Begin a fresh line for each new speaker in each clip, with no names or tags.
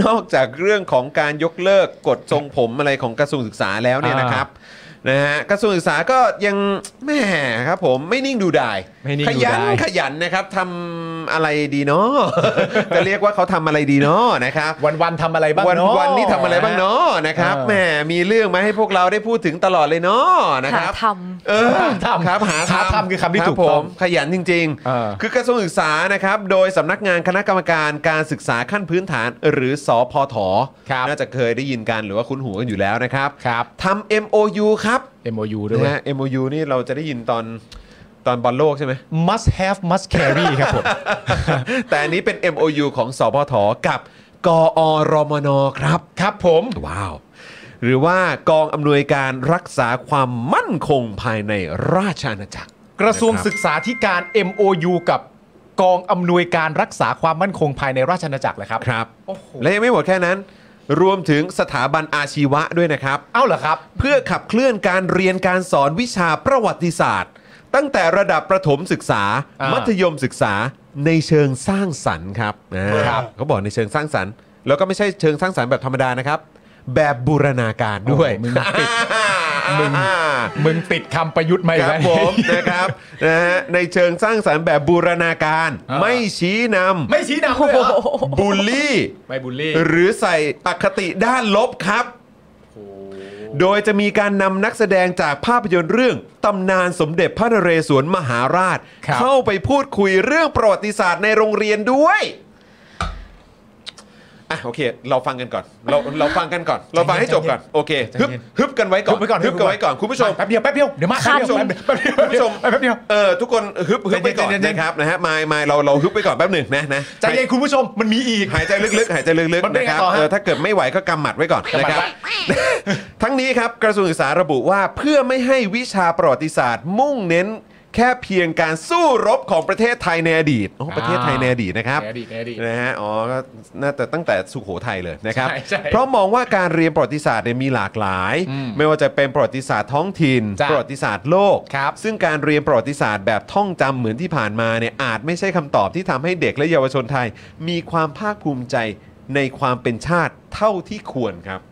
นอกจากเรื่องของการยกเลิกกฎทรงผมอะไรของกระทรวงศึกษาแล้วเนี่ย
อ่าน
นะครับนะฮะกระทรวงศึกษาก็ยังแหมครับผมไม่นิ่งดูดาย
ไม่นิ่ง
ขยั
ดูดาย
ขยันนะครับทำอะไรดีเนาะ จะเรียกว่าเขาทำอะไรดีเนาะนะครับ
วันวันๆทำอะไรบ้าง
วัน
เนาะ
วันนี้ทำอะไรบ้างเนาะนะครับ
เออ
แหมมีเรื่องมาให้พวกเราได้พูดถึงตลอดเลยเนาะนะครับ
หาท
เออ
หาทำ
ครับหา
หาทำคือคำที่
รับ
ถูกต้อ
ผม
ง
ขยันจริง
เออ
ๆ คือกระทรวงศึกษานะครับโดยสำนักงานคณะกรรมการการศึกษาขั้นพื้นฐานหรือสอพทน่าจะเคยได้ยินกันหรือว่าคุ้นหูกันอยู่แล้วนะครับ
ครับ
ทำ MOU ครับ
MOU ด้วย
นะ
เวย
ฮะ MOU นี่เราจะได้ยินตอนตอนบอลโลกใช่ไหม
must have must carry ครับผม
แต่อันนี้เป็น MOU ของสพทกับ กอรมนครับ
ครับผม
ว้าว หรือว่ากองอำนวยการรักษาความมั่นคงภายในราชอาณาจักร
กระทรวง
นะครับ
ศึกษาธิการ MOU กับกองอำนวยการรักษาความมั่นคงภายในราชอาณาจักรเลยครับ
ครับ
โอ้โห
และยังไม่หมดแค่นั้น รวมถึงสถาบันอาชีวะด้วยนะครับ
เอ้าเหรอครับ
เพื่อขับเคลื่อนการเรียนการสอนวิชาประวัติศาสตร์ ตั้งแต่ระดับประถมศึกษา
อ่า
มั
มั
ธยมศึกษาในเชิงสร้างสรรค์ครับอ่า
ครับ
เขาบอกในเชิงสร้างสรรค์ แล้วก็ไม่ใช่เชิงสร้างสรรค์แบบธรรมดานะครับ แบบบูรณาการด้วย
โอ้โหมึงติด มึง มึงติดคำประยุทธ์มาอี
ค
ก
รั
แล้
บ
ว
ผมนะครับนะฮะในเชิงสร้างสรรค์แบบบูรณาการ
อ่า
ไม่ชี้น
ไม่ชี้นำด้วยเหรอ
ำบูลลี่
ไม่บูลลี่
หรือใส่อคติด้านลบครับ โดยจะมีการนำนักแสดงจากภาพยนตร์เรื่องตำนานสมเด็จพระนเรศวรมหาราช
ครับ
เข้าไปพูดคุยเรื่องประวัติศาสตร์ในโรงเรียนด้วยอ่ะโอเค เราฟังกันก่อน เราเราฟังกันก่อน เราฟังให้จบก่อนโอเคฮึบฮึบกันไว้ก่อน
ฮึบไว้ก่อน
ฮึบกันไว้ก่อนคุณผู้ชม
แป๊บเดียวแป๊บเดียวเดี๋ยวมา
ครั
แป๊
บบ
เดีย
ผ
ว
ม
แป๊บเดียวแป๊บเดียวแป๊บเดียว
เออทุกคนฮึบฮึบไปก่อน
ใจเย็นๆ
นะครับนะฮะมายมายเราเราฮึบไปก่อนแป๊บหนึ่งนะนะ
ใจเย็นคุณผู้ชมมันมีอีก
หายใจลึกๆ หายใจลึก
มั
ๆ
นเป็น
นะครับ
ไงต่อฮะ
เออถ้าเกิดไม่ไหวก็กำหมัดไว้ก่อน
กำห
นะ
มัด
ครับ
ไว้
ทั้งนี้ครับกระทรวงศึกษาระบุว่าเพื่อไม่ให้วิชาประวัติศาสตร์ มุ่งเน้นแค่เพียงการสู้รบของประเทศไทยในอดีตอ๋อประเทศไทยในอดีตนะครับ
ในอดีตในอดีต
นะฮะ อ๋อ ก็น่าจะตั้งแต่สุโขทัยเลยนะครับ
ใช่ใช่
เพราะมองว่าการเรียนประวัติศาสตร์เนี่ยมีหลากหลาย
อืม
ไม่ว่าจะเป็นประวัติศาสตร์ท้องถิ่น
จ้ะ
ประวัติศาสตร์โลก
ครับ
ซึ่งการเรียนประวัติศาสตร์แบบท่องจำเหมือนที่ผ่านมาเนี่ยอาจไม่ใช่คำตอบที่ทำให้เด็กและเยาวชนไทย มีความภาคภูมิใจในความเป็นชาติเท่าที่ควรครับ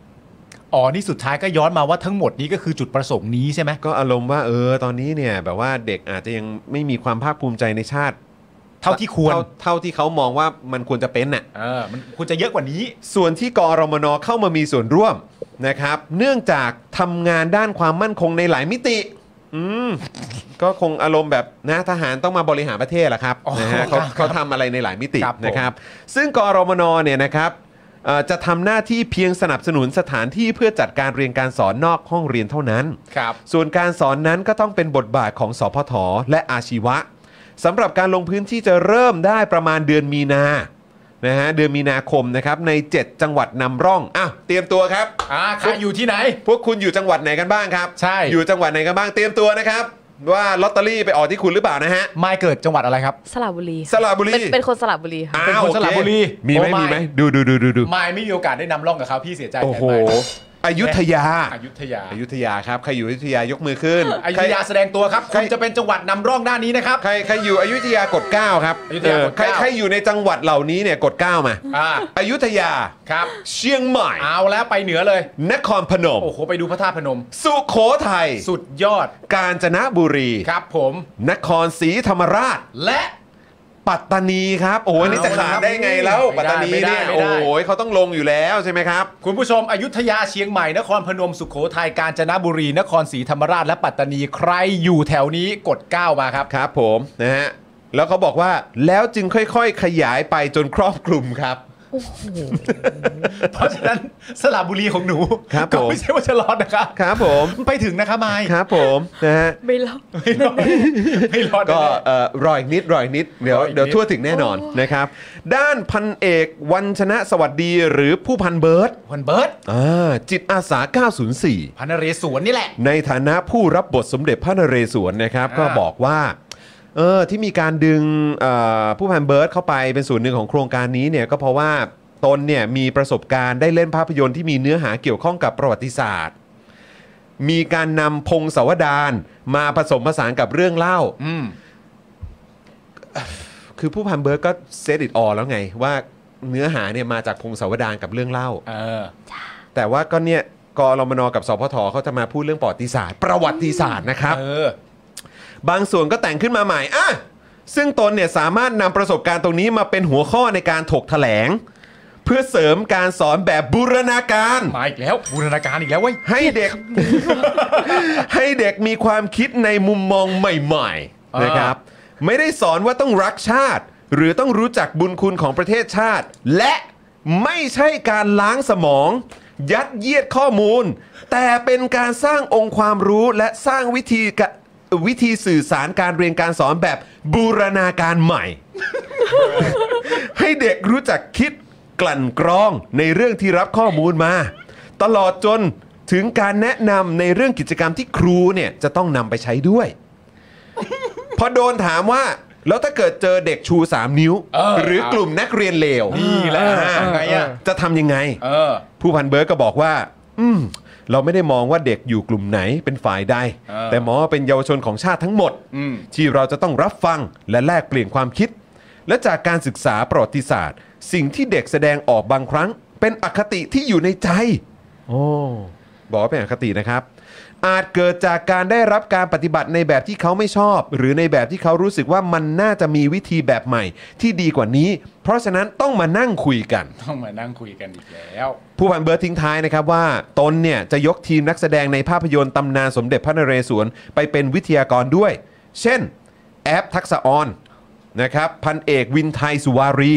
อ๋อนี่สุดท้ายก็ย้อนมาว่าทั้งหมดนี้ก็คือจุดประสงค์นี้ใช่ไหม
ก็อารมณ์ว่าเออตอนนี้เนี่ยแบบว่าเด็กอาจจะยังไม่มีความภาคภูมิใจในชาติ
เท่าที่ควร
เท่าเท่าที่เขามองว่ามันควรจะเป็นน่ะ
เออมันควรจะเยอะกว่านี้
ส่วนที่กอรมนเข้ามามีส่วนร่วมนะครับ เนื่องจากทำงานด้านความมั่นคงในหลายมิติ อืม ก็คงอารมณ์แบบนะทหารต้องมาบริหารประเทศแหละครับ
อ๋อ
นะฮะเขา
ครับ
เขาทำอะไรในหลายมิติ
ครับผม
นะครับ ซึ่งกอรมนเนี่ยนะครับเอ่อจะทำหน้าที่เพียงสนับสนุนสถานที่เพื่อจัดการเรียนการสอนนอกห้องเรียนเท่านั้น
ครับ
ส่วนการสอนนั้นก็ต้องเป็นบทบาทของสพทและอาชีวะสำหรับการลงพื้นที่จะเริ่มได้ประมาณเดือนมีนานะฮะเดือนมีนาคมนะครับใน 7 จังหวัดนำร่องอ่ะเตรียมตัวครับ
อ่าใครอยู่ที่ไหน
พวกคุณอยู่จังหวัดไหนกันบ้างครับ
ใช่
อยู่จังหวัดไหนกันบ้างเตรียมตัวนะครับ ว่าลอตเตอรี่ไปออกที่คุณหรือเปล่านะฮะ
ไม่เกิดจังหวัดอะไรครับ
ำสระบุรี
สระบุรี
เป็นเป็นคนสระบุรีค่ะ
อ้าว
เป็นคนสระบุรี
โอเคมีไหม
โอ้ไม่
มีไหมดูดูดูดูดู
ไม่ไม่มีโอกาสได้นำร่องกับเขาพี่เสียใจ
โอ้โห
แทนไป
อยุธยา
อยุธยา
อยุธยาครับใครอยู่อยุธยายกมือขึ้น
อยุธยาแสดงตัวครับ
ใคร
คุณจะเป็นจังหวัดนำร่องด้านนี้นะครับ
ใครใครอยู่อยุธยากด 9 ครับ
อยุธยากด
เออใคร
เก้า
ใครอยู่ในจังหวัดเหล่านี้เนี่ยกด 9 มา
อ่า
อยุธยา
ครับ
เชียงใหม่
เอาแล้วไปเหนือเลย
นครพนม
โอ้โหไปดูพระธาตุพนม
สุโขทัย
สุดยอด
กาญจนบุรี
ครับผม
นครศรีธรรมราช
และ
ปัตตานีครับ โอ้ยนี่จะขาดได้ไงแล้ว
ไม่ได้
ปัตตานีเนี่ย
ไม่
โอ้
ได้
ยเขาต้องลงอยู่แล้วใช่ไหมครับ
คุณผู้ชมอยุธยาเชียงใหม่นครพนมสุขโขทัยกาญจนบุรี นครศรีธรรมราชและปัตตานีใครอยู่แถวนี้กดเก้ามาครับ
ครับผมนะฮะ แล้วเขาบอกว่าแล้วจึงค่อยๆ ขยายไปจนครอบคลุมครับ
เพราะฉะนั้นสระบุรีของหนู
ครับ
ก็
ผม
ไม่ใช่ว่าจะรอดนะครับ
ครับผม
ไปถึงนะครับไมค์
ครับผมนะฮะ
ไม่เล่า
ไม่รอดไม่รอด
ก็
แน่
เอ่อรออีกนิดรออีกนิดเดี๋ยว
รออีกนิด
เดี๋ยวทั่วถึงแน่นอนนะครับ ด้านพันเอกวันชนะสวัสดีหรือผู้พันเบิร์ต
ๆวันเบิร์ต
อ่าจิตอาสา 904
พันเรศวรนี่แหละ
ในฐานะผู้รับบทสมเด็จพระนเรศวรนะครับ
อ่า
ก็บอกว่าเออที่มีการดึงเอ่อผู้พันเบิร์ตเข้าไปเป็นส่วนหนึ่งของโครงการนี้เนี่ยก็เพราะว่าตนเนี่ยมีประสบการณ์ได้เล่นภาพยนตร์ที่มีเนื้อหาเกี่ยวข้องกับประวัติศาสตร์ มีการนำพงศาวดารมาผสมผสานกับเรื่องเล่า
อืม
คือผู้พันเบิร์กก็เซตอิดออแล้วไงว่า เนื้อหาเนี่ยมาจากพงศาวดารกับเรื่องเล่า
เออ
แต่ว่าก็เนี่ยกรมนกับสพทเขาจะมาพูดเรื่องประวัติศาสตร์ ประวัติศาสตร์นะครับ
เออ
บางส่วนก็แต่งขึ้นมาใหม่อ่ะซึ่งตนเนี่ยสามารถนำประสบการณ์ตรงนี้มาเป็นหัวข้อในการถกถแถลง เพื่อเสริมการสอนแบบบูรณาการ
มาอีกแล้วบูรณาการอีกแล้วเว้ย
ให้เด็ก ให้เด็กมีความคิดในมุมมองใหม่
อ่า
ๆนะครับ ไม่ได้สอนว่าต้องรักชาติ หรือต้องรู้จักบุญคุณของประเทศชาติ และไม่ใช่การล้างสมอง ยัดเยียดข้อมูล แต่เป็นการสร้างองค์ความรู้และสร้างวิธีกะวิธีสื่อสารการเรียนการสอนแบบบูรณาการใหม่ ให้เด็กรู้จักคิดกลั่นกรองในเรื่องที่รับข้อมูลมา ตลอดจนถึงการแนะนำในเรื่องกิจกรรมที่ครูเนี่ยจะต้องนำไปใช้ ด้วย พอโดนถามว่า แล้วถ้าเกิดเจอเด็กชู 3 นิ้ว
เออ
หรือกลุ่มนักเรียนเลว
นี่แหละ
อ่า
ไงอ่ะ
จะทำยังไง
เออ
ผู้พันเบิร์ดก็บอกว่า อืม เราไม่ได้มองว่าเด็กอยู่กลุ่มไหนเป็นฝ่ายใด
เออ
แต่มองว่าเป็นเยาวชนของชาติทั้งหมด
อืม
ที่เราจะต้องรับฟังและแลกเปลี่ยนความคิด และจากการศึกษาประวัติศาสตร์ สิ่งที่เด็กแสดงออกบางครั้ง เป็นอคติที่อยู่ในใจ
โอ้
บอกว่าเป็นอคตินะครับ อาจเกิดจากการได้รับการปฏิบัติในแบบที่เขาไม่ชอบ หรือในแบบที่เขารู้สึกว่ามันน่าจะมีวิธีแบบใหม่ ที่ดีกว่านี้ เพราะฉะนั้นต้องมานั่งคุยกัน
ต้องมานั่งคุยกันอีกแล้ว
ผู้พันเบิร์ดทิ้งท้ายนะครับว่า ตนเนี่ยจะยกทีมนักแสดงในภาพยนตร์ตำนานสมเด็จพระนเรศวรไปเป็นวิทยากรด้วย เช่น แอปทักษะออนนะครับพันเอกวินไทยสุวารี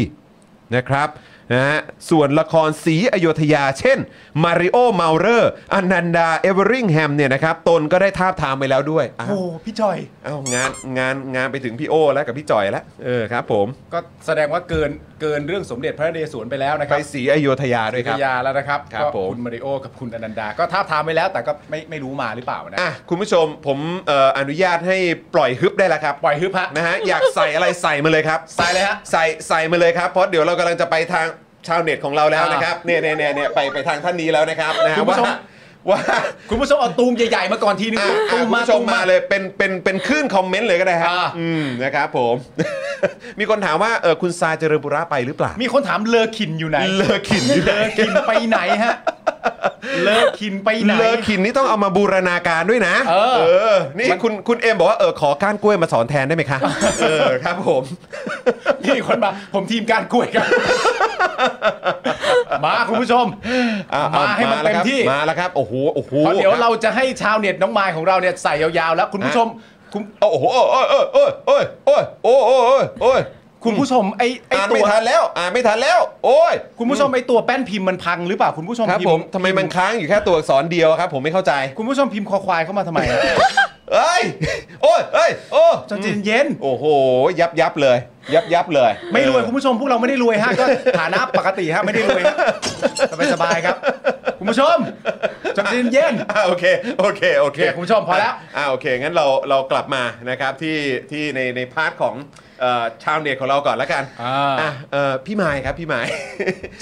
นะครับนะฮะส่วนละครสีอโยธยา เช่นมาริโอเมาเลอร์อนันดาเอเวอริงแฮมเนี่ยนะครับตนก็ได้ทาบทามไปแล้วด้วยอ้าว
โอ้พี่จอย
อ้าวงานงานงานไปถึงพี่โอแล้วกับพี่จอยแล้วเออครับผม
ก็แสดงว่าเกินเกินเรื่องสมเด็จพระนเรศวรไปแล้วนะค
ไป
รับ
สีอโยธยาด้วยครับ
วิทยาแล้วนะครับ
ครับ
ก็
ผม
คุณมาริโอกับคุณอนันดา ก็ท้าบทามไปแล้วแต่ก็ไม่ไม่รู้มาหรือเปล่านะ
อ่ะคุณผู้ชมผมเอ่ออนุญาตให้ปล่อยฮึบได้แล้วครับ
ปล่อยฮึบฮะ
นะฮะอยากใส่อะไรใส่มาเลยครับ
ใส่เลยฮะ
ใส่ใส่มาเลยครับเพราะเดี๋ยวเรากำลังจะไปทางชาวเน็ตของเราแล้วนะครับเนี่ยเนี่ยเนี่ยเนี่ยไปไปทางท่านนี้แล้วนะครับนะฮะ
คุณผู้
ว่า
ชม
ว่า
คุณผู้ชมเอาตูมใหญ่ๆมาก่อนทีนึง
อ่ะ
ตู
อ่ะคุณ
มมา
ผู้ช
ตู
ม
ม
มา
มา
เลยเป็นเป็นเป็นคลื่นคอมเมนต์เลยก็ได้ครับ
อ่า
อืมนะครับผม มีคนถามว่าเออคุณซายเจริญบุระไปหรือเปล่า
มีคนถามเลอขินอยู่ไหน
เลอขินนี่
เลอขินไปไหนฮะ เลอขินไปไหน
เลอขินนี่ต้องเอามาบูรณาการด้วยนะ
เออ
อนี่คุณคุณเอ็มบอกว่าเออขอก้านกล้วยมาสอนแทนได้ไหมคะ เออครับผม
นี่คนมา ผมทีมการกล้วย กันมาคุณผู้ชม
อ่ะอ่ะ
มาให้มันเต็ม
แล้วครับ
ที่
มาแล้วครับ โอ้โหโอ้โห
เพราะเดี๋ยว
คบ
เราจะให้ชาวเน็ตน้องมายของเราเนี่ยใส่ยาวๆแล้วคุณผู้ชมคุณ
โอ้โหโอ้ยโอ้ยโอ้ยโอ้ยโอ้ยโอ้ยโอ้ยโอ้ยโอ้ย
คุณผู้ชมไอ้ไอ้
อ่าน
ตั
ไม่
ว
ทันแล้วอ่านไม่ทันแล้วโอ้ย
คุณผู้ชมไอ้ตัวแป้นพิมพ์มันพังหรือเปล่าคุณผู้ชม
ครับ
พิพ์
ผมทำไมมันค้างอยู่แค่ตัวอักษรเดียวครับ ผมไม่เข้าใจ
คุณผู้ชมพิมพ์คอควายเข้ามาทำไมอะ
เอ้ยโอ้ยเอ้ยโอ้ย
จนเย็น
โอ้โหยับยับเลย ยับยับเลย
ๆไม่รวยคุณผู้ชมพวกเราไม่ได้รวยฮะก็ฐานะปกติฮะไม่ได้รวยฮะสบายๆครับ คุณผู้ชมจนเย็น
อ่ะโอเคโอเคโอเค
เนี่ยคุณผู้ชมพอแล้ว
อ่าโอเคงั้นเราเรากลับมานะครับที่ที่ในในพาร์ทของเอ่อชาวเน็ตของเราก่อนละกัน
ๆอ่า
อ่ะเอ่อพี่ไมค์ครับพี่ไมค์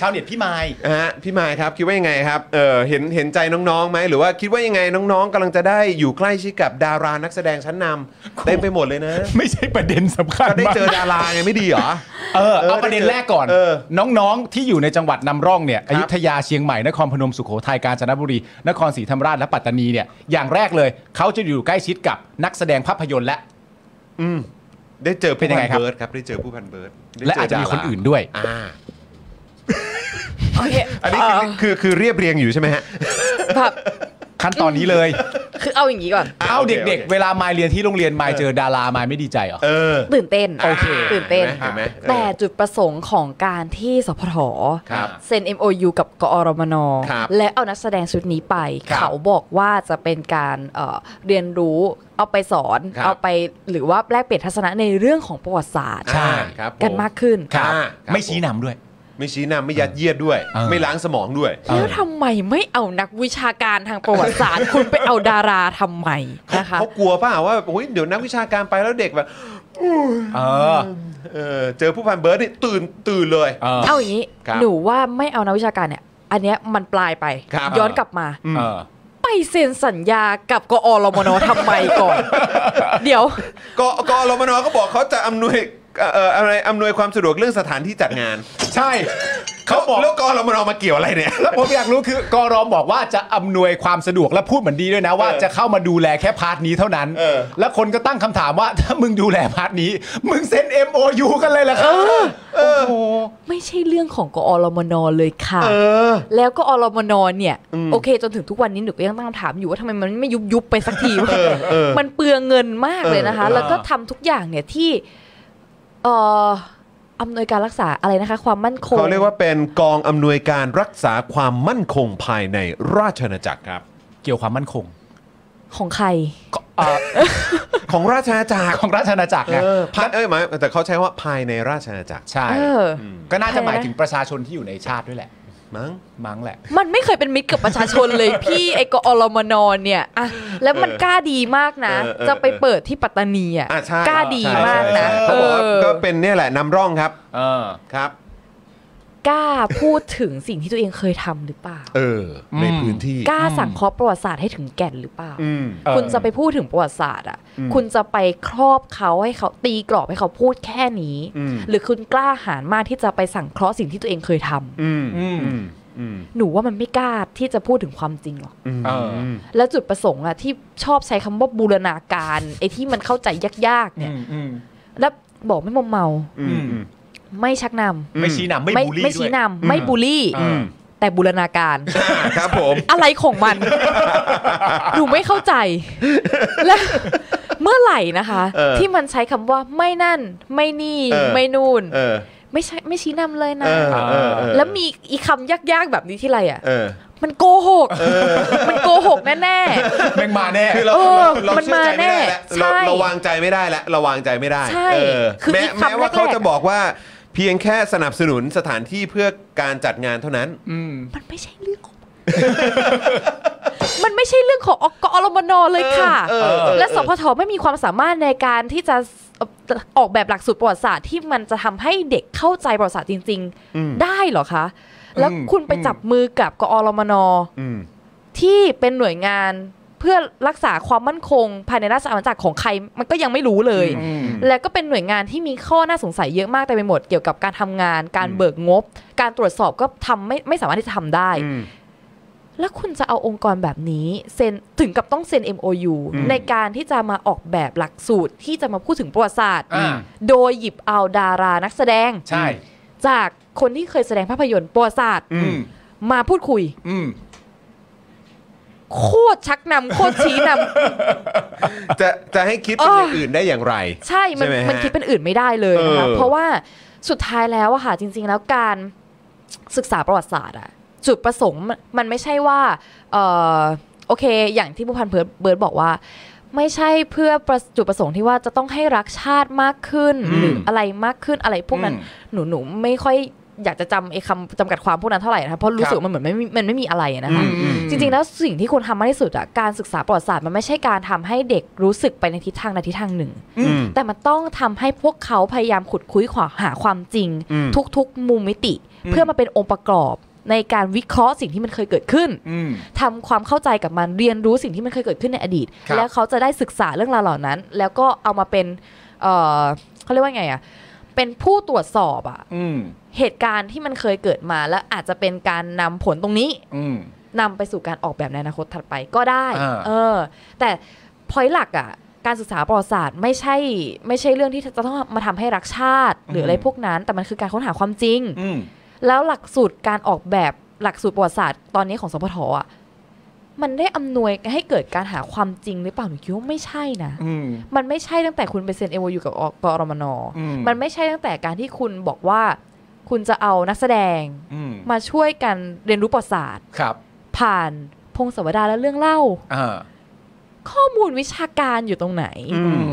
ชาวเน็ตพี่มาย
นะฮะพี่มายครับคิดว่ายังไงครับเออเห็นเห็นใจน้องๆไหมหรือว่าคิดว่ายังไงน้องๆกำลังจะได้อยู่ใกล้ชิดกับดารานักแสดงชั้นนำเต็มไปหมดเลยนะ
ไม่ใช่ประเด็นสำคัญ
ก็ได้
มาก
เจอดาราไงไม่ดีเหรอ
เออ
เออ
เอาประเด็นแรกก่อน
เออ
น้องๆ ที่อยู่ในจังหวัดนำร่องเนี่ย
ครับ
อยุธยาเชียงใหม่นครพนมสุโขทัยกาญจนบุรี นครศรีธรรมราชและปัตตานีเนี่ยอย่างแรกเลย เขาจะอยู่ใกล้ชิดกับนักแสดงภาพยนตร์และ
อืม ได้เจอ
เป็
ผู้
น
พั
ยังไง
น
ครับ
เบิร์ดครับได้เจอผู้พันเบิร์ดได้
และ
เดร
อาจจะมีคนอื่นด้วย
อ่า
โอเค
อันนี้คือคือคือเรียบเรียงอยู่ใช่ไหมฮะ
แบบ
ขั้นตอนนี้เลย
คือเอาอย่างนี้ก่อน
อ่ะ
เอา
โอเค
เด็ก
โอเค
ๆ เวลามายเรียนที่โรงเรียนมายเจอดารามายไม่ดีใจเหรอ
เออ
ตื่นเต้น
โอเค
ตื่นเต้น
เห็นไหมเห็นไหม
แต่
เออ
จุดประสงค์ของการที่สพท
ครับ
เซ็น MOU กับกอรมน
ครับ
และเอานักแสดงชุดนี้ไป
ครับ
เขาบอกว่าจะเป็นการเอ่อเรียนรู้เอาไปสอน
ครับ
เอาไปหรือว่าแลกเปลี่ยนทัศนะในเรื่องของประวัติศาสตร์
ใช่
อ่าครับผ
กันมากขึ้น
ครับ
ไม่ชี้นำด้วย
ไม่ชี้หน้าไม่ยัดเยียดด้วย
เออ
ไม่ล้างสมองด้วย
แล้วทำไมไม่เอานักวิชาการทางประวัติศาสตร์ คุณไปเอาดาราทำไมนะคะ
เขากลัวเปล่าว่าโอ้ยเดี๋ยวนักวิชาการไปแล้วเด็กแบบ
เออ
เออเจอผู้พันเบิร์ดนี่ตื่นตื่นเลย
เออ
เอาอย่างนี้
ครับ
หนูว่าไม่เอานักวิชาการเนี่ย อันเนี้ยมันปลายไป
ครับ
ย้อนกลับมา
อืม
เออ
ไปเซ็นสัญญากับกอรมนทำไมก่อน เดี๋ยว
กกรมนก็บอกเขาจะอำนวย เอ่ออะไรอำนวยความสะดวกเรื่องสถานที่จัดงาน
ใช่เขาบอก
แล้วกรมนมาเกี่ยวอะไรเนี่ย
แล้วผมอยากรู้คือกรอมบอกว่าจะอำนวยความสะดวกและพูดเหมือนดีด้วยนะว่า
เออ
จะเข้ามาดูแลแค่พาร์ทนี้เท่านั้น
เออ
แล้วคนก็ตั้งคำถามว่า ถ้ามึงดูแลพาร์ทนี้ มึงเซ็น MOU กันเลยเหรอครับเออ
ไม่ใช่เรื่องของกอรมนเลยค่ะ
เออ
แล้วก็อรมนเนี่ยโอเค จนถึงทุกวันนี้หนูก็ยังตั้งคำถามอยู่ว่าทำไมมันไม่ยุบยุบไปสักทีวะมันเปลืองเงินมากเลยนะคะ
เออเออ
แล้วก็ทำทุกอย่างเนี่ยที่เอ่ออำนวยการรักษาอะไรนะคะ ความมั่นคง
เขาเรียกว่าเป็นกองอำนวยการรักษาความมั่นคงภายในราชอาณาจักรครับ
เกี่ยวความมั่นคง
ของใคร
เอ่อ
ของราชอาณาจักร
ของราชอาณาจักรไง
เออภายเอ้ยหมายแต่เขาใช้ว่าภายในราชอาณาจักร
ใช่
เออ
ก็น่าจะหมายถึงประชาชนที่อยู่ในชาติด้วยแหละ
มั้ง
มั้งแหละ
มันไม่เคยเป็นมิตรกับประชาชนเลย พี่ไอ้กอรมนเนี่ยอะแล้วมัน
เออก
ล้าดีมากนะ
เออเออ
จะไปเปิดที่ปัตตานีอะ
อ่ะใช่
กล้าดี
ใช่
มากนะ
ใช่ใช่เขาบอกว่า
เออ
ก็เป็นเนี่ยแหละนำร่องครับ
เออ
ครับ
กล้าพูดถึงสิ่งที่ตัวเองเคยทำหรือเปล่า
เออ ใน
อืม
พื้นที่
กล้าสั่งเคราะห์ประวัติศาสตร์ให้ถึงแก่นหรือเปล่า
อืม
เออ
คุณจะไปพูดถึงประวัติศาสตร์อ่ะ
อืม
คุณจะไปครอบเขาให้เขาตีกรอบให้เขาพูดแค่นี้
อืม
หรือคุณกล้าหาญมากที่จะไปสั่งเคราะห์สิ่งที่ตัวเองเคยทำ
อืม
อืม
อืมอืม
หนูว่ามันไม่กล้าที่จะพูดถึงความจริงหรอก
อืม
เออ
แล้วจุดประสงค์อ่ะที่ชอบใช้คำว่าบูรณาการไอ้ที่มันเข้าใจยากๆ
อื
เนี่ย
มอืม
แล้วบอกไม่มอมเมา
อืมอืม
ไม่ชักนำ
ไม่ชี้นำไม่บูลลี่
ไม่
ด้ว
ชี้
ย
นำไม่บูลลี่
อืม
แต่บูรณาการ
ครับผม
อะไรของมัน หนูไม่เข้าใจ และเมื่อไหร่นะคะ
เออ
ที่มันใช้คำว่าไม่นั่น ไม่นี่
เออ
ไม่นูน่น
เออ
ไม่ใช่ไม่ชี้นำเลยนะ
เออเออเออ
แล้วมีอีคำยากๆ แบบนี้ที่ไรอ่ะ
เออ
มันโกหก มันโกหกแน่
แม่งมาแน่
คือเรา
เออ
เรา
มัน
เชื่อ
มา
ใจไม่ได้
แน่
แล้วเรา
ใช่
เราวางใจไม่ได้แล้วเราวางใจไม่ได้
ใช่
เออ
คือ
แม้
อีกคำ
แม้ว่าเขา
แรกๆ
จะบอกว่า เพียงแค่สนับสนุนสถานที่เพื่อการจัดงานเท่านั้น
อืม
ๆ มันไม่ใช่เรื่องของ มันไม่ใช่เรื่องของอกอรมนเลยค่ะ
เออเออเออ
และสพทไม่มีความสามารถในการที่จะออกแบบหลักสูตรประวัติศาสตร์ที่มันจะทำให้เด็กเข้าใจประวัติศาสตร์จริง ๆ ได้เหรอคะ แล้ว
อืม
คุณไปจับมือกับกอรมน
อืม
ที่เป็นหน่วยงานเพื่อรักษาความมั่นคง ภายในราชอาณาจักรของใครมันก็ยังไม่รู้เลย
อืม
และก็เป็นหน่วยงานที่มีข้อน่าสงสัยเยอะมากแต่ไปหมดเกี่ยวกับการทำงาน การเบิกงบ การตรวจสอบก็ทำไม่ไม่สามารถที่จะทำได้
อืม
แล้วคุณจะเอาองค์กรแบบนี้เซ็นถึงกับต้องเซ็น MOU
อืม
ในการที่จะมาออกแบบหลักสูตรที่จะมาพูดถึงประวัติศาสตร์
อ่า
โดยหยิบเอาดารานักแสดง
ใช่
จากคนที่เคยแสดงภาพยนตร์ประวัติศาสตร์
อื
อื
ม
ม
มาพูดคุย
อืม
โคตรชักนำโคตรชี้นำ
จะจะให้คิดเป็นอย่าง
เอออื่
อื่นได้อย่างไร
ใช่มัน
ใช่ไหมฮะ
มันคิดเป็นอื่นไม่ได้เลยนะคะ
เออ
เพราะว่าสุดท้ายแล้วอะค่ะจริง ๆ แล้วการศึกษาประวัติศาสตร์อะจุดประสงค์มันมันไม่ใช่ว่าเออโอเค อย่างที่ผู้พันเบิร์ดเบิร์ดบอกว่า ไม่ใช่เพื่อประจุดประสงค์ที่ว่าจะต้องให้รักชาติมากขึ้นหรืออะไรมากขึ้นอะไรพวกนั้น
อืม
หนูหนูไม่ค่อยอยากจะจำไอ้คำจำกัดความพวกนั้นเท่าไหร่นะคะเพราะรู้สึกว่ามันเหมือนไม่มีมันไม่มีอะไรนะคะ
อืม
จริงๆ แล้วสิ่งที่ควรทำมากที่สุดอะการศึกษาประวัติศาสตร์มันไม่ใช่การทำให้เด็กรู้สึกไปในทิศทางใดทิศทางหนึ่ง
อืม
แต่มันต้องทำให้พวกเขาพยายามขุดคุยขวาหาความจริง
อืม
ทุกๆ มุมมิติ เพื่อมาเป็นองค์ประกอบ ในการวิเคราะห์สิ่งที่มันเคยเกิดขึ้น
อืม
ทำความเข้าใจกับมันเรียนรู้สิ่งที่มันเคยเกิดขึ้นในอดีต
ครับ
แล้วเขาจะได้ศึกษาเรื่องราวเหล่านั้น แล้วก็เอามาเป็นเอ่อเขาเรียกว่าไงอะเป็นผู้ตรวจสอบอะ
อืม
เหตุการณ์ที่มันเคยเกิดมา แล้วอาจจะเป็นการนำผลตรงนี้
อืม
นำไปสู่การออกแบบในอนาคตถัดไปก็ได้
อ่า
เออ แต่พอยหลักอะ่ะ การศึกษาประวัติศาสตร์ไม่ใช่ ไม่ใช่เรื่องที่จะต้องมาทำให้รักชาติ หรืออะไรพวกนั้น แต่มันคือการค้นหาความจริง
อืม
แล้วหลักสูตรการออกแบบหลักสูตรประวัติศาสตร์ตอนนี้ของสพทอ่ะ มันได้อำนวยให้เกิดการหาความจริงหรือเปล่าหนูคิดว่าไม่ใช่นะ
อืม
มันไม่ใช่ตั้งแต่คุณไปเซ็นเอวอยู่กับกอรมน
อืม
มันไม่ใช่ตั้งแต่การที่คุณบอกว่า คุณจะเอานักแสดง
อืม
มาช่วยกันเรียนรู้ประวัติศาสตร์
ครับ
ผ่านพงศวดารและเรื่องเล่า
อ่า
ข้อมูลวิชาการอยู่ตรงไหน
อืม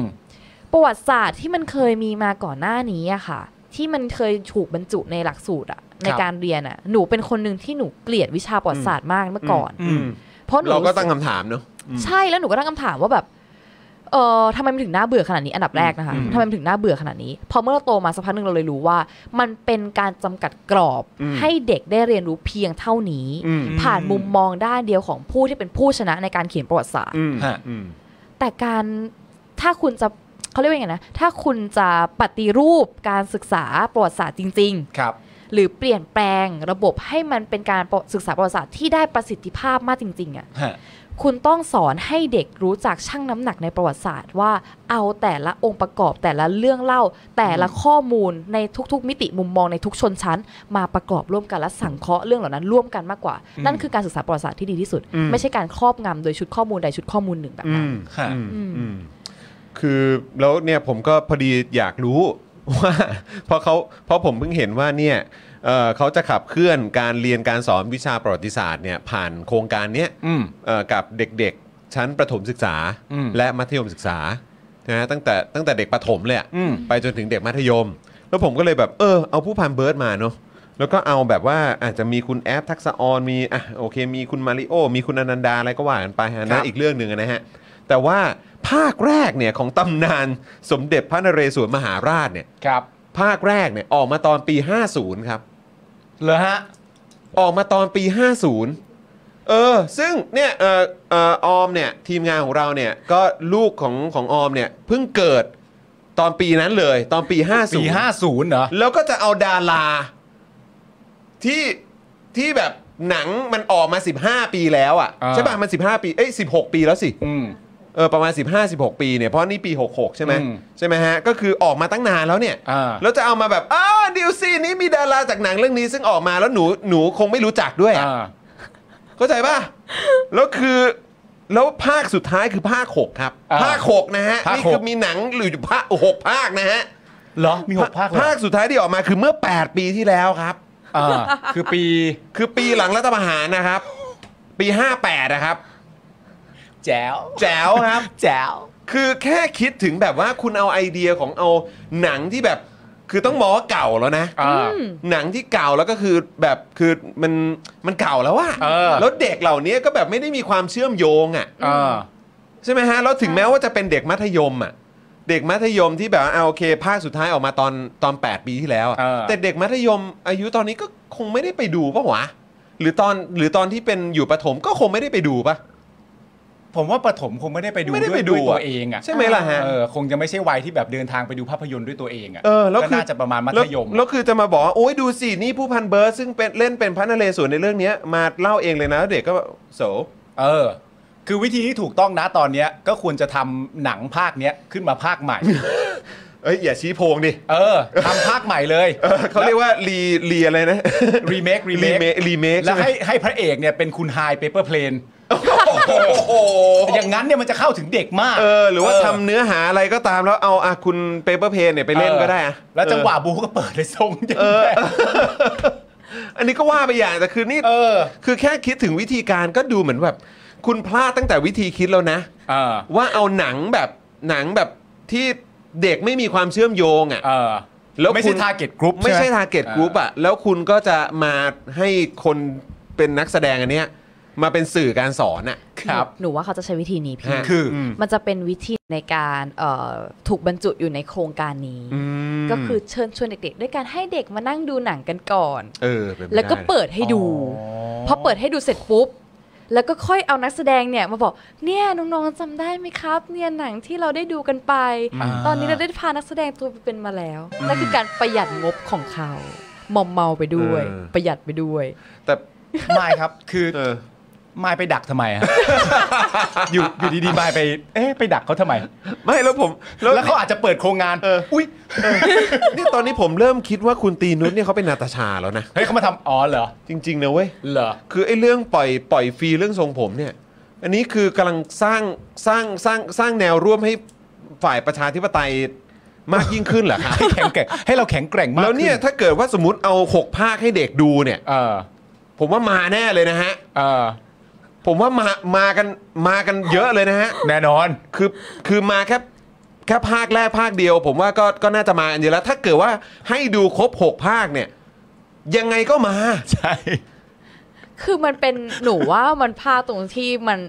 ประวัติศาสตร์ที่มันเคยมีมาก่อนหน้านี้อะค่ะ ที่มันเคยถูกบรรจุในหลักสูตรอะในการเรียนอะหนูเป็นคนหนึ่งที่หนูเกลียดวิชาประวัติศาสตร์มากเมื่อก่อน
อืม
เพราะหนู
เราก็ตั้ง
รู้สึ
คำถามเนอะอืม
ใช่แล้วหนูก็ตั้งคำถามว่าแบบเออทำไมมันถึงน่าเบื่อขนาดนี้อันดับแรกนะคะ
อืม
ทำไมมันถึงน่าเบื่อขนาดนี้พอเมื่อเราโตมาสักพักหนึ่งเราเลยรู้ว่า มันเป็นการจำกัดกรอบให้เด็กได้เรียนรู้เพียงเท่านี้
อืม
ผ่านมุมมองด้านเดียวของผู้ที่เป็นผู้ชนะในการเขียนประวัติศาสตร์
อืม
ฮะ
อืม
แต่การถ้าคุณจะ เขาเรียกว่าไงนะ ถ้าคุณจะปฏิรูปการศึกษาประวัติศาสตร์จริง
ครับ
ๆ หรือเปลี่ยนแปลงระบบให้มันเป็นการประศึกษาประวัติศาสตร์ที่ได้ประสิทธิภาพมากจริงๆอะ
ฮะ
คุณต้องสอนให้เด็กรู้จักชั่งน้ำหนักในประวัติศาสตร์ว่าเอาแต่ละองค์ประกอบแต่ละเรื่องเล่า แต่ละข้อมูลในทุกๆ มิติมุมมองในทุกชนชั้น มาประกอบร่วมกันและสังเคราะห์เรื่องเหล่านั้นร่วมกันมากกว่า
อืม
นั่นคือการศึกษาประวัติศาสตร์ที่ดีที่สุด
อืม
ไม่ใช่การครอบงำโดยชุดข้อมูลใดชุดข้อมูลหนึ่งแบบ
อื
นั้น
ม
ค่ะ
อืม
อืม
อืมคือแล้วเนี่ยผมก็พอดีอยากรู้ ว่าเพราะเขาเพราะผมเพิ่งเห็นว่าเนี่ยเอ่อเขาจะขับเคลื่อนการเรียนการสอนวิชาประวัติศาสตร์เนี่ยผ่านโครงการเนี้ย
อืม
เอ่อกับเด็กๆ ชั้นประถมศึกษา
อืม
และมัธยมศึกษานะฮะตั้งแต่ตั้งแต่เด็กประถมเลยอะ
อืม
ไปจนถึงเด็กมัธยม แล้วผมก็เลยแบบเออเอาผู้พันเบิร์ดมาเนาะแล้วก็เอาแบบว่าอาจจะมีคุณแอฟทักษะออนมีอ่ะโอเค มีคุณมาริโอ มีคุณอนันดาอะไรก็ว่ากันไปฮะ
ครั
นะ
บ
อีกเรื่องหนึ่งนะฮะ แต่ว่าภาคแรกเนี่ยของตำนานสมเด็จพระนเรศวรมหาราชเนี่ย
ครับ
ภาคแรกเนี่ยออกมาตอนปี 50 ครับ
เหรอฮะ
ออกมาตอนปี 50 เออ ซึ่งเนี่ยเออเออออมเนี่ยทีมงานของเราเนี่ยก็ลูกของของออมเนี่ยเพิ่งเกิดตอนปีนั้นเลย ตอนปี 50
ปีห้าศูนย์เหรอ
แล้วก็จะเอาดาราที่ที่แบบหนังมันออกมา 15 ปีแล้วอะ
อ่า
ใช่ป่ะมัน 15 ปี เอ้ย 16 ปีแล้วสิ
อืม
เออ ประมาณ 15 16 ปีเนี่ยเพราะนี่ปี 66 ใช่ไหม
อืม
ใช่ไหมฮะ ก็คือออกมาตั้งนานแล้วเนี่ย
อ่า
แล้วจะเอามาแบบอ้าวดิวซีนี้มีดาราจากหนังเรื่องนี้ซึ่งออกมาแล้วหนูหนูคงไม่รู้จักด้วยอะ
อ่า
เข้าใจป่ะ แล้วคือ แล้วภาคสุดท้ายคือภาคหกครับ
อ่า
ภาคหกนะฮะ
ภาคหก
นี่คือมีหนังหรืออยู่ภาคหกภาคนะฮะ
เหรอ มีหกภาคเลยเหร
ภา
อ
คสุดท้ายที่ออกมาคือเมื่อ 8 ปีที่แล้วครับ
อ่า คือปี
คือปีหลังรัฐประหารนะครับ ปี 58 นะครับ
แจ๋ว
แจ๋วครับ
แจ๋ว
คือแค่คิดถึงแบบว่าคุณเอาไอเดียของเอาหนังที่แบบ คือต้องมองว่าเก่าแล้วนะ
อ่า
หนังที่เก่าแล้วก็คือแบบคือมันมันเก่าแล้วอะ
เออ
แล้วเด็กเหล่านี้ก็แบบไม่ได้มีความเชื่อมโยงอะ
อ่า
ใช่ไหมฮะแล้วถึงแม้ว่าจะเป็นเด็กมัธยมอ่ะเด็กมัธยมที่แบบเอาโอเคภาคสุดท้ายออกมาตอนตอน 8 ปีที่แล้วอะ
เออ
แต่เด็กมัธยมอายุตอนนี้ก็คงไม่ได้ไปดูปะวะหรือตอนหรือตอนที่เป็นอยู่ประถมก็คงไม่ได้ไปดูปะ
ผมว่าปฐมคงไม่ได้ไปดู
ไม่ได้
ด้วย
ไปดู
ด้วยตัว
อะ
เองอ่ะ
ใช่ไหมล่ะฮะ
เออ คงจะไม่ใช่วัยที่แบบเดินทางไปดูภาพยนตร์ด้วยตัวเองอ่ะ
เออแล้ว
ก็
คือ
น่าจะประมาณมัธยม
แล้วแล้วคือจะมาบอกว่าโอ้ยดูสินี่ผู้พันเบิร์ดซึ่งเป็นเล่นเป็นพระนเรศวรในเรื่องเนี้ยมาเล่าเองเลยนะแล้วเด็กก็โส
เออ คือวิธีที่ถูกต้องนะตอนเนี้ย ก็ควรจะทำหนังภาคเนี้ยขึ้นมาภาคใหม่
เอ้ยอย่าชี้โพงดิ
เออทำภาคใหม่เลย
เออเขาเรียกว่ารีรีอะไรนะ
รีเมครีเม
รี
ค
เมครีเมค
แล้ว
ใช่ไหม
ให้ให้พระเอกเนี่ยเป็นคุณไฮเปเปอร์เพลน
โอ้โห
อย่างนั้นเนี่ยมันจะเข้าถึงเด็กมาก
เออหรือว่าทำเนื้อหาอะไรก็ตามแล้วเอาอะคุณเปเปอร์เพนเนี่ยไปเล่นก็ได้อะ
แล้วจังหวะบูก็เปิดเลยทรงจัง
เออ
เล
เออ อันนี้ก็ว่าไปอย่างแต่คือนี่
เออ
คือแค่คิดถึงวิธีการก็ดูเหมือนแบบ คุณพลาดตั้งแต่วิธีคิดแล้วนะ
เออ
ว่าเอาหนังแบบหนังแบบที่เด็กไม่มีความเชื่อมโยงอ่ะ
เออ
แล้วคุณ
ไม่ใช่ทาร์เก็ตกรุ๊ป
ไม่ใช่ทาร์เก็ตกรุ๊ปอ่ะ แล้วคุณก็จะมาให้คนเป็นนักแสดงอันเนี้ยมาเป็นสื่อการสอนอ่ะ
ครับ
หนูว่าเขาจะใช้วิธีนี้พี่
ฮะ
คืออ
มันจะเป็นวิธีในการเอ่อถูกบรรจุอยู่ในโครงการนี้ ก็คือเชิญชวนเด็ก ๆ ด้วยการให้เด็กมานั่งดูหนังกันก่อน
เออป็นไป
แล้วก็
ได้
เปิดให้ดู พอเปิดให้ดูเสร็จปุ๊บ แล้วก็ค่อยเอานักแสดงเนี่ยมาบอก เนี่ยน้องๆจำได้ไหมครับ เนี่ยหนังที่เราได้ดูกันไป
อ่า
ตอนนี้เราได้พานักแสดงตัวไปเป็นมาแล้วนั่นคือการประหยัดงบของเขามอมเมาไปด้วย
เออ
ประหยัดไปด้วย
แต่
ไม่ครับ คือ
เออ
ไม่ไปดักทำไมฮะ อยู่อยู่ดีๆไม่ไป เอ๊ะไปดักเขาทำไม
ไม่แล้วผม
แล้วเขาอาจจะเปิดโครงงาน
เออ
อุ้ย
เนี่ยตอนนี้ผมเริ่มคิดว่าคุณตีนุชเนี่ยเขาเป็นนาตาชาแล้วนะ
เฮ้ยเขามาทำอ๋อเหรอ
จริง ๆ นะเว้ย
เหรอ
คือไอ้เรื่องปล่อยปล่อยฟรีเรื่องทรงผมเนี่ย อันนี้คือกำลังสร้างสร้างสร้างสร้างแนวร่วมให้ฝ่ายประชาธิปไตยมากยิ่งขึ้นเหรอครับ
ให้แข็งแกร่งให้เราแข็งแก ร่งมาก
แล้วเนี่ย
ขึ้
ถ้าเกิดว่าสมมติเอา 6 ภาคให้เด็กดูเนี่ย
เออ
ผมว่ามาแน่เลยนะฮะ
เออ
ผมว่ามามากันมากันเยอะเลยนะฮะ
แน่นอน
คือคือมาแค่แค่ภาคแรกภาคเดียว ผมว่าก็ก็น่าจะมาอันเดียวแล้ว ถ้าเกิดว่าให้ดูครบ 6 ภาคเนี่ย ยังไงก็มา
ใช่
คือมันเป็นหนูว่ามันพลาดตรงที่มัน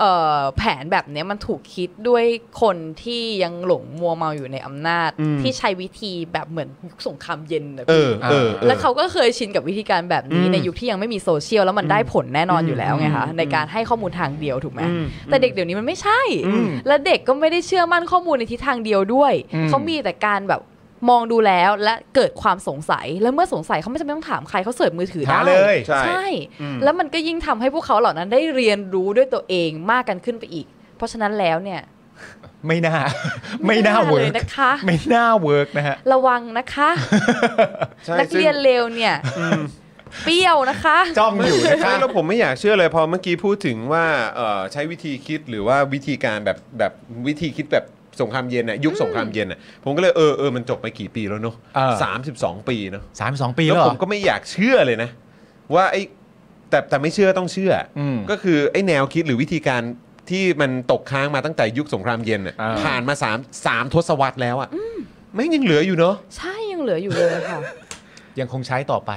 เอ่อแผนแบบเนี้ยมันถูกคิดด้วยคนที่ยังหลงมัวเมาอยู่ในอำนาจ
อืม
ที่ใช้วิธีแบบเหมือนยุคสงครามเย็นนะ
เอ
พี่
อเออออ
แล้วเขาก็เคยชินกับวิธีการแบบนี้
อืม
ในยุคที่ยังไม่มีโซเชียลแล้วมันได้ผลแน่นอน
อืม
อยู่แล้วไงคะ
อืม
ในการให้ข้อมูลทางเดียวถูกไหม
อืม
แต่เด็กเดี๋ยวนี้มันไม่ใช่
อืม
และเด็กก็ไม่ได้เชื่อมั่นข้อมูลในทิศทางเดียวด้วย
อืม
เขามีแต่การแบบมองดูแล้วและเกิดความสงสัย แล้วเมื่อสงสัยเขาไม่จำเป็นต้องถามใครเขาเสิร์ชมือถือ
หา
ได้
เลย
ใช่
ใช่ แล้วมันก็ยิ่งทำให้พวกเขาเหล่านั้นได้เรียนรู้ด้วยตัวเองมากกันขึ้นไปอีก เพราะฉะนั้นแล้วเนี่ย
ไม่น่า ไม่น่า
เล
เวิร์
ย
ก
นะคะ
ไม่น่าเวิร์กนะฮะ
ระวังนะคะ
ใช่
นัก
ซึ่ง
เรียนเลวเนี่ยเปรี้ยวนะคะ
จ้องอยู่นะค
ใช่
รับ
แล้วผมไม่อยากเชื่อเลยพอเมื่อกี้พูดถึงว่าเอ่อใช้วิธีคิดหรือว่าวิธีการแบบแบบวิธีคิดแบบสงครามเย็นน่ะยุคสงครามเย็นน่ะผมก็เลยเออเออมันจบไปกี่ปีแล้วเนาะ
เออ
สามสิบสองปีเนาะ
สามสองปี
แล้
แล้ว วเหร
ผ
อ
มก็ไม่อยากเชื่อเลยนะ ว่าไอ้แต่แต่ไม่เชื่อต้องเชื่ออ
ม
ก็คือไอ้แนวคิดหรือวิธีการที่มันตกค้างมาตั้งแต่ยุคสงครามเย็นน่ะ
อ่า
ผ่านมาสามสามทศวรรษแล้วอะ่ะแม่งยังเหลืออยู่เนาะ
ใช่ยังเหลืออยู่เลยค่ะ
ยังคงใช้ต่อไป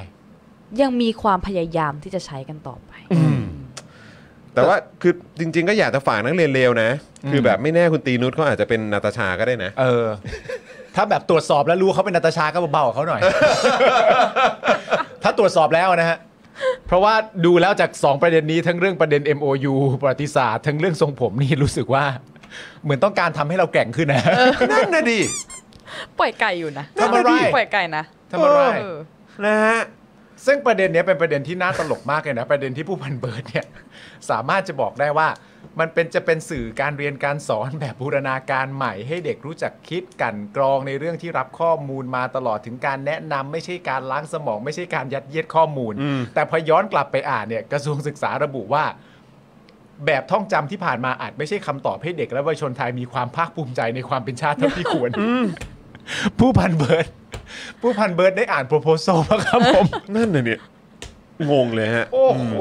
ยังมีความพยายามที่จะใช้กันต่อไป
แต่ว่าคือจริง ๆ ก็อยากจะฝากนักเรียนเลวนะ คือแบบไม่แน่คุณตีนุชเขาอาจจะเป็นนาตาชาก็ได้นะ
เออ ถ้าแบบตรวจสอบแล้วรู้เขาเป็นนาตาชาก็เบาๆกับเขาหน่อย ถ้าตรวจสอบแล้วนะฮะ เพราะว่าดูแล้วจาก 2 ประเด็นนี้ทั้งเรื่องประเด็น MOU ประวัติศาสตร์ทั้งเรื่องทรงผมนี่รู้สึกว่า เหมือนต้องการทำให้เราแกร่งขึ้นนะ
นั่นนะดิ
ปล่อยไก่อยู่นะ
ทำอะไร
ปล่อยไก่นะ
ทำอะไร
เออ
นะฮะ
ซึ่งประเด็นเนี้ยเป็นประเด็นที่น่าตลกมากเลยนะ ประเด็นที่ผู้พันเบิร์ดเนี่ย สามารถจะบอกได้ว่า มันเป็นจะเป็นสื่อการเรียนการสอนแบบบูรณาการใหม่ให้เด็กรู้จักคิดกลันกรองในเรื่องที่รับข้อมูลมาตลอดถึงการแนะนำไม่ใช่การล้างสมอง ไม่ใช่การยัดเยียดข้อมูล
อืม
แต่พอย้อนกลับไปอ่านเนี่ยกระทรวงศึกษาระบุว่า แบบท่องจำที่ผ่านมาอาจไม่ใช่คำตอบให้เด็กและเยาวชนไทยมีความภาคภูมิใจในความเป็นชาติเท่าที่ควรผู้พันเบิร์ดผู้พันเบิร์ดได้อ่านโปรโพโซลปะครับผม
นั่นนะเนี่ยงงเลยฮะ
โอ้โห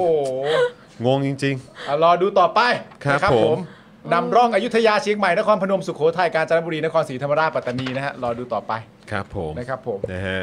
งงจริง
อ่ะรอดูต่อไป
ครับ
นะ
ผม
นำร่องอยุธยาเชียงใหม่ นครพนมสุโขทัยกาญจนบุรีนครศรีธรรมราชปัตตานีนะฮะรอดูต่อไป
ๆ ครับผม
นะครับผม
นะฮะ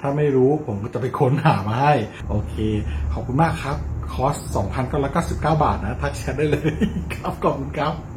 ถ้าไม่รู้ผมก็จะไปค้นหามาให้ โอเค ขอบคุณมากครับ คอร์ส 2,999 บาทนะ ทักแชทได้เลย ครับ ขอบคุณครับ